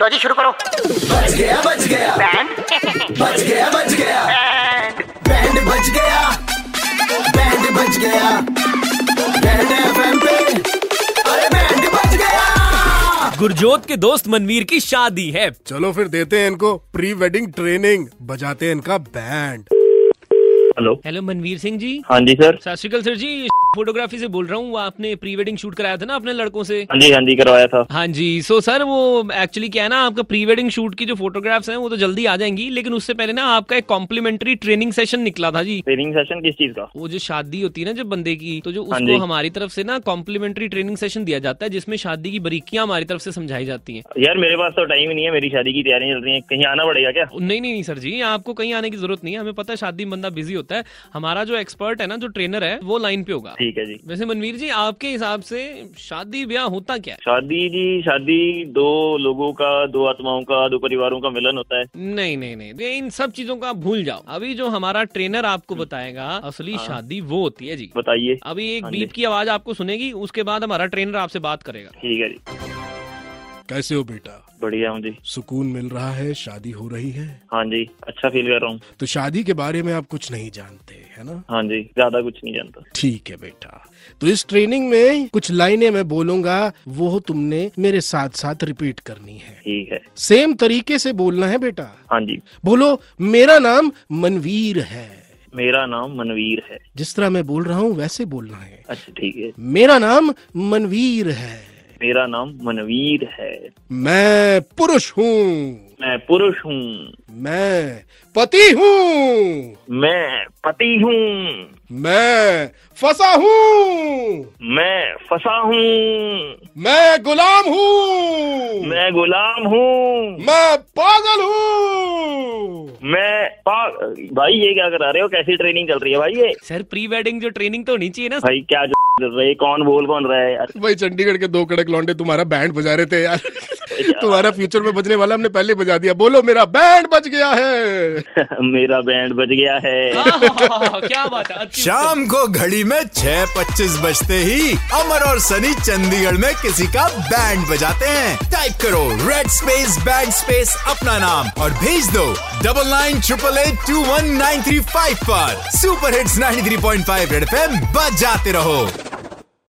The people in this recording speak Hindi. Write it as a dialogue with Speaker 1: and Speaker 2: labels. Speaker 1: लो जी शुरू करो
Speaker 2: बच गया बच गया
Speaker 1: बैंड
Speaker 2: बच गया बच गया बैंड बच गया बैंड बच गया बैंड एफएम पे अरे बैंड बच गया
Speaker 3: गुरजोत के दोस्त मनवीर की शादी है
Speaker 4: चलो फिर देते हैं इनको प्री वेडिंग ट्रेनिंग बजाते हैं इनका band
Speaker 5: hello
Speaker 3: hello Manveer Singh ji
Speaker 5: हाँ जी सर
Speaker 3: सत श्रीकाल सर जी फोटोग्राफी से बोल रहा हूँ आपने प्री वेडिंग शूट कराया था ना अपने लड़कों से
Speaker 5: हाँ जी हाँ जी करवाया था
Speaker 3: हाँ जी सो सर वो एक्चुअली क्या है ना आपका प्री वेडिंग शूट की जो फोटोग्राफ्स हैं वो तो जल्दी आ जाएंगी लेकिन उससे पहले ना आपका एक कॉम्प्लीमेंट्री ट्रेनिंग सेशन निकला था जी
Speaker 5: ट्रेनिंग सेशन किस चीज का
Speaker 3: वो जो शादी होती है ना जब बंदे की तो जो
Speaker 5: हाँ जी।
Speaker 3: उसको हमारी तरफ से ना कॉम्प्लीमेंट्री ट्रेनिंग सेशन दिया जाता है जिसमें शादी की बारीकियां हमारी तरफ से समझाई जाती हैं
Speaker 5: यार मेरे पास तो टाइम ही नहीं है मेरी शादी की तैयारियां चल रही हैं कहीं आना पड़ेगा क्या
Speaker 3: नहीं नहीं नहीं सर जी आपको कहीं आने की जरूरत नहीं है हमें पता है शादी में बंदा बिजी होता है हमारा जो एक्सपर्ट है ना जो ट्रेनर है वो लाइन पे होगा
Speaker 5: ठीक है जी
Speaker 3: वैसे मनवीर जी आपके हिसाब से शादी ब्याह होता क्या है
Speaker 5: शादी जी शादी दो लोगों का दो आत्माओं का दो परिवारों का मिलन होता है
Speaker 3: नहीं नहीं नहीं ये इन सब चीजों को आप भूल जाओ अभी जो हमारा ट्रेनर आपको बताएगा असली शादी वो होती है जी
Speaker 5: बताइए
Speaker 3: अभी एक
Speaker 5: हाँ जी।
Speaker 3: बीप की आवाज आपको सुनेगी उसके बाद हमारा ट्रेनर आपसे बात करेगा
Speaker 5: ठीक है जी
Speaker 4: कैसे हो बेटा
Speaker 5: बढ़िया हूँ जी
Speaker 4: सुकून मिल रहा है शादी हो रही है
Speaker 5: हाँ जी अच्छा फील कर रहा हूँ
Speaker 4: तो शादी के बारे में आप कुछ नहीं जानते है ना
Speaker 5: हाँ जी ज्यादा कुछ नहीं जानता
Speaker 4: ठीक है बेटा तो इस ट्रेनिंग में कुछ लाइनें मैं बोलूंगा वो तुमने मेरे साथ साथ रिपीट करनी है
Speaker 5: ठीक है
Speaker 4: सेम तरीके से बोलना है बेटा
Speaker 5: हाँ जी
Speaker 4: बोलो मेरा नाम मनवीर है
Speaker 5: मेरा नाम मनवीर है
Speaker 4: जिस तरह मैं बोल रहा हूँ वैसे बोलना है
Speaker 5: अच्छा ठीक है
Speaker 4: मेरा नाम मनवीर है
Speaker 5: मेरा नाम मनवीर है
Speaker 4: मैं पुरुष हूँ
Speaker 5: मैं पुरुष हूँ
Speaker 4: मैं पति हूँ
Speaker 5: मैं पति हूँ
Speaker 4: मैं फंसा हूँ
Speaker 5: मैं फंसा हूँ
Speaker 4: मैं गुलाम हूँ
Speaker 5: मैं गुलाम हूँ
Speaker 4: मैं पागल हूँ
Speaker 5: मैं पा- भाई ये क्या करा रहे हो कैसी ट्रेनिंग चल रही है भाई ये
Speaker 3: सर प्री वेडिंग जो ट्रेनिंग तो होनी चाहिए ना
Speaker 5: भाई क्या जो चल रही है कौन बोल कौन रहा है यार
Speaker 4: भाई चंडीगढ़ के दो कड़क लौंडे तुम्हारा बैंड बजा रहे थे यार तुम्हारा फ्यूचर में बजने वाला हमने पहले बजा दिया बोलो मेरा बैंड बज गया है
Speaker 5: मेरा बैंड बज गया है
Speaker 3: हाँ। आहा, क्या बात है अच्छी
Speaker 6: शाम को घड़ी में छह पच्चीस बजते ही अमर और सनी चंडीगढ़ में किसी का बैंड बजाते हैं टाइप करो रेड स्पेस बैंड स्पेस अपना नाम और भेज दो double nine triple eight two one nine three five पर super hits 93.5 three point five red F बजाते रहो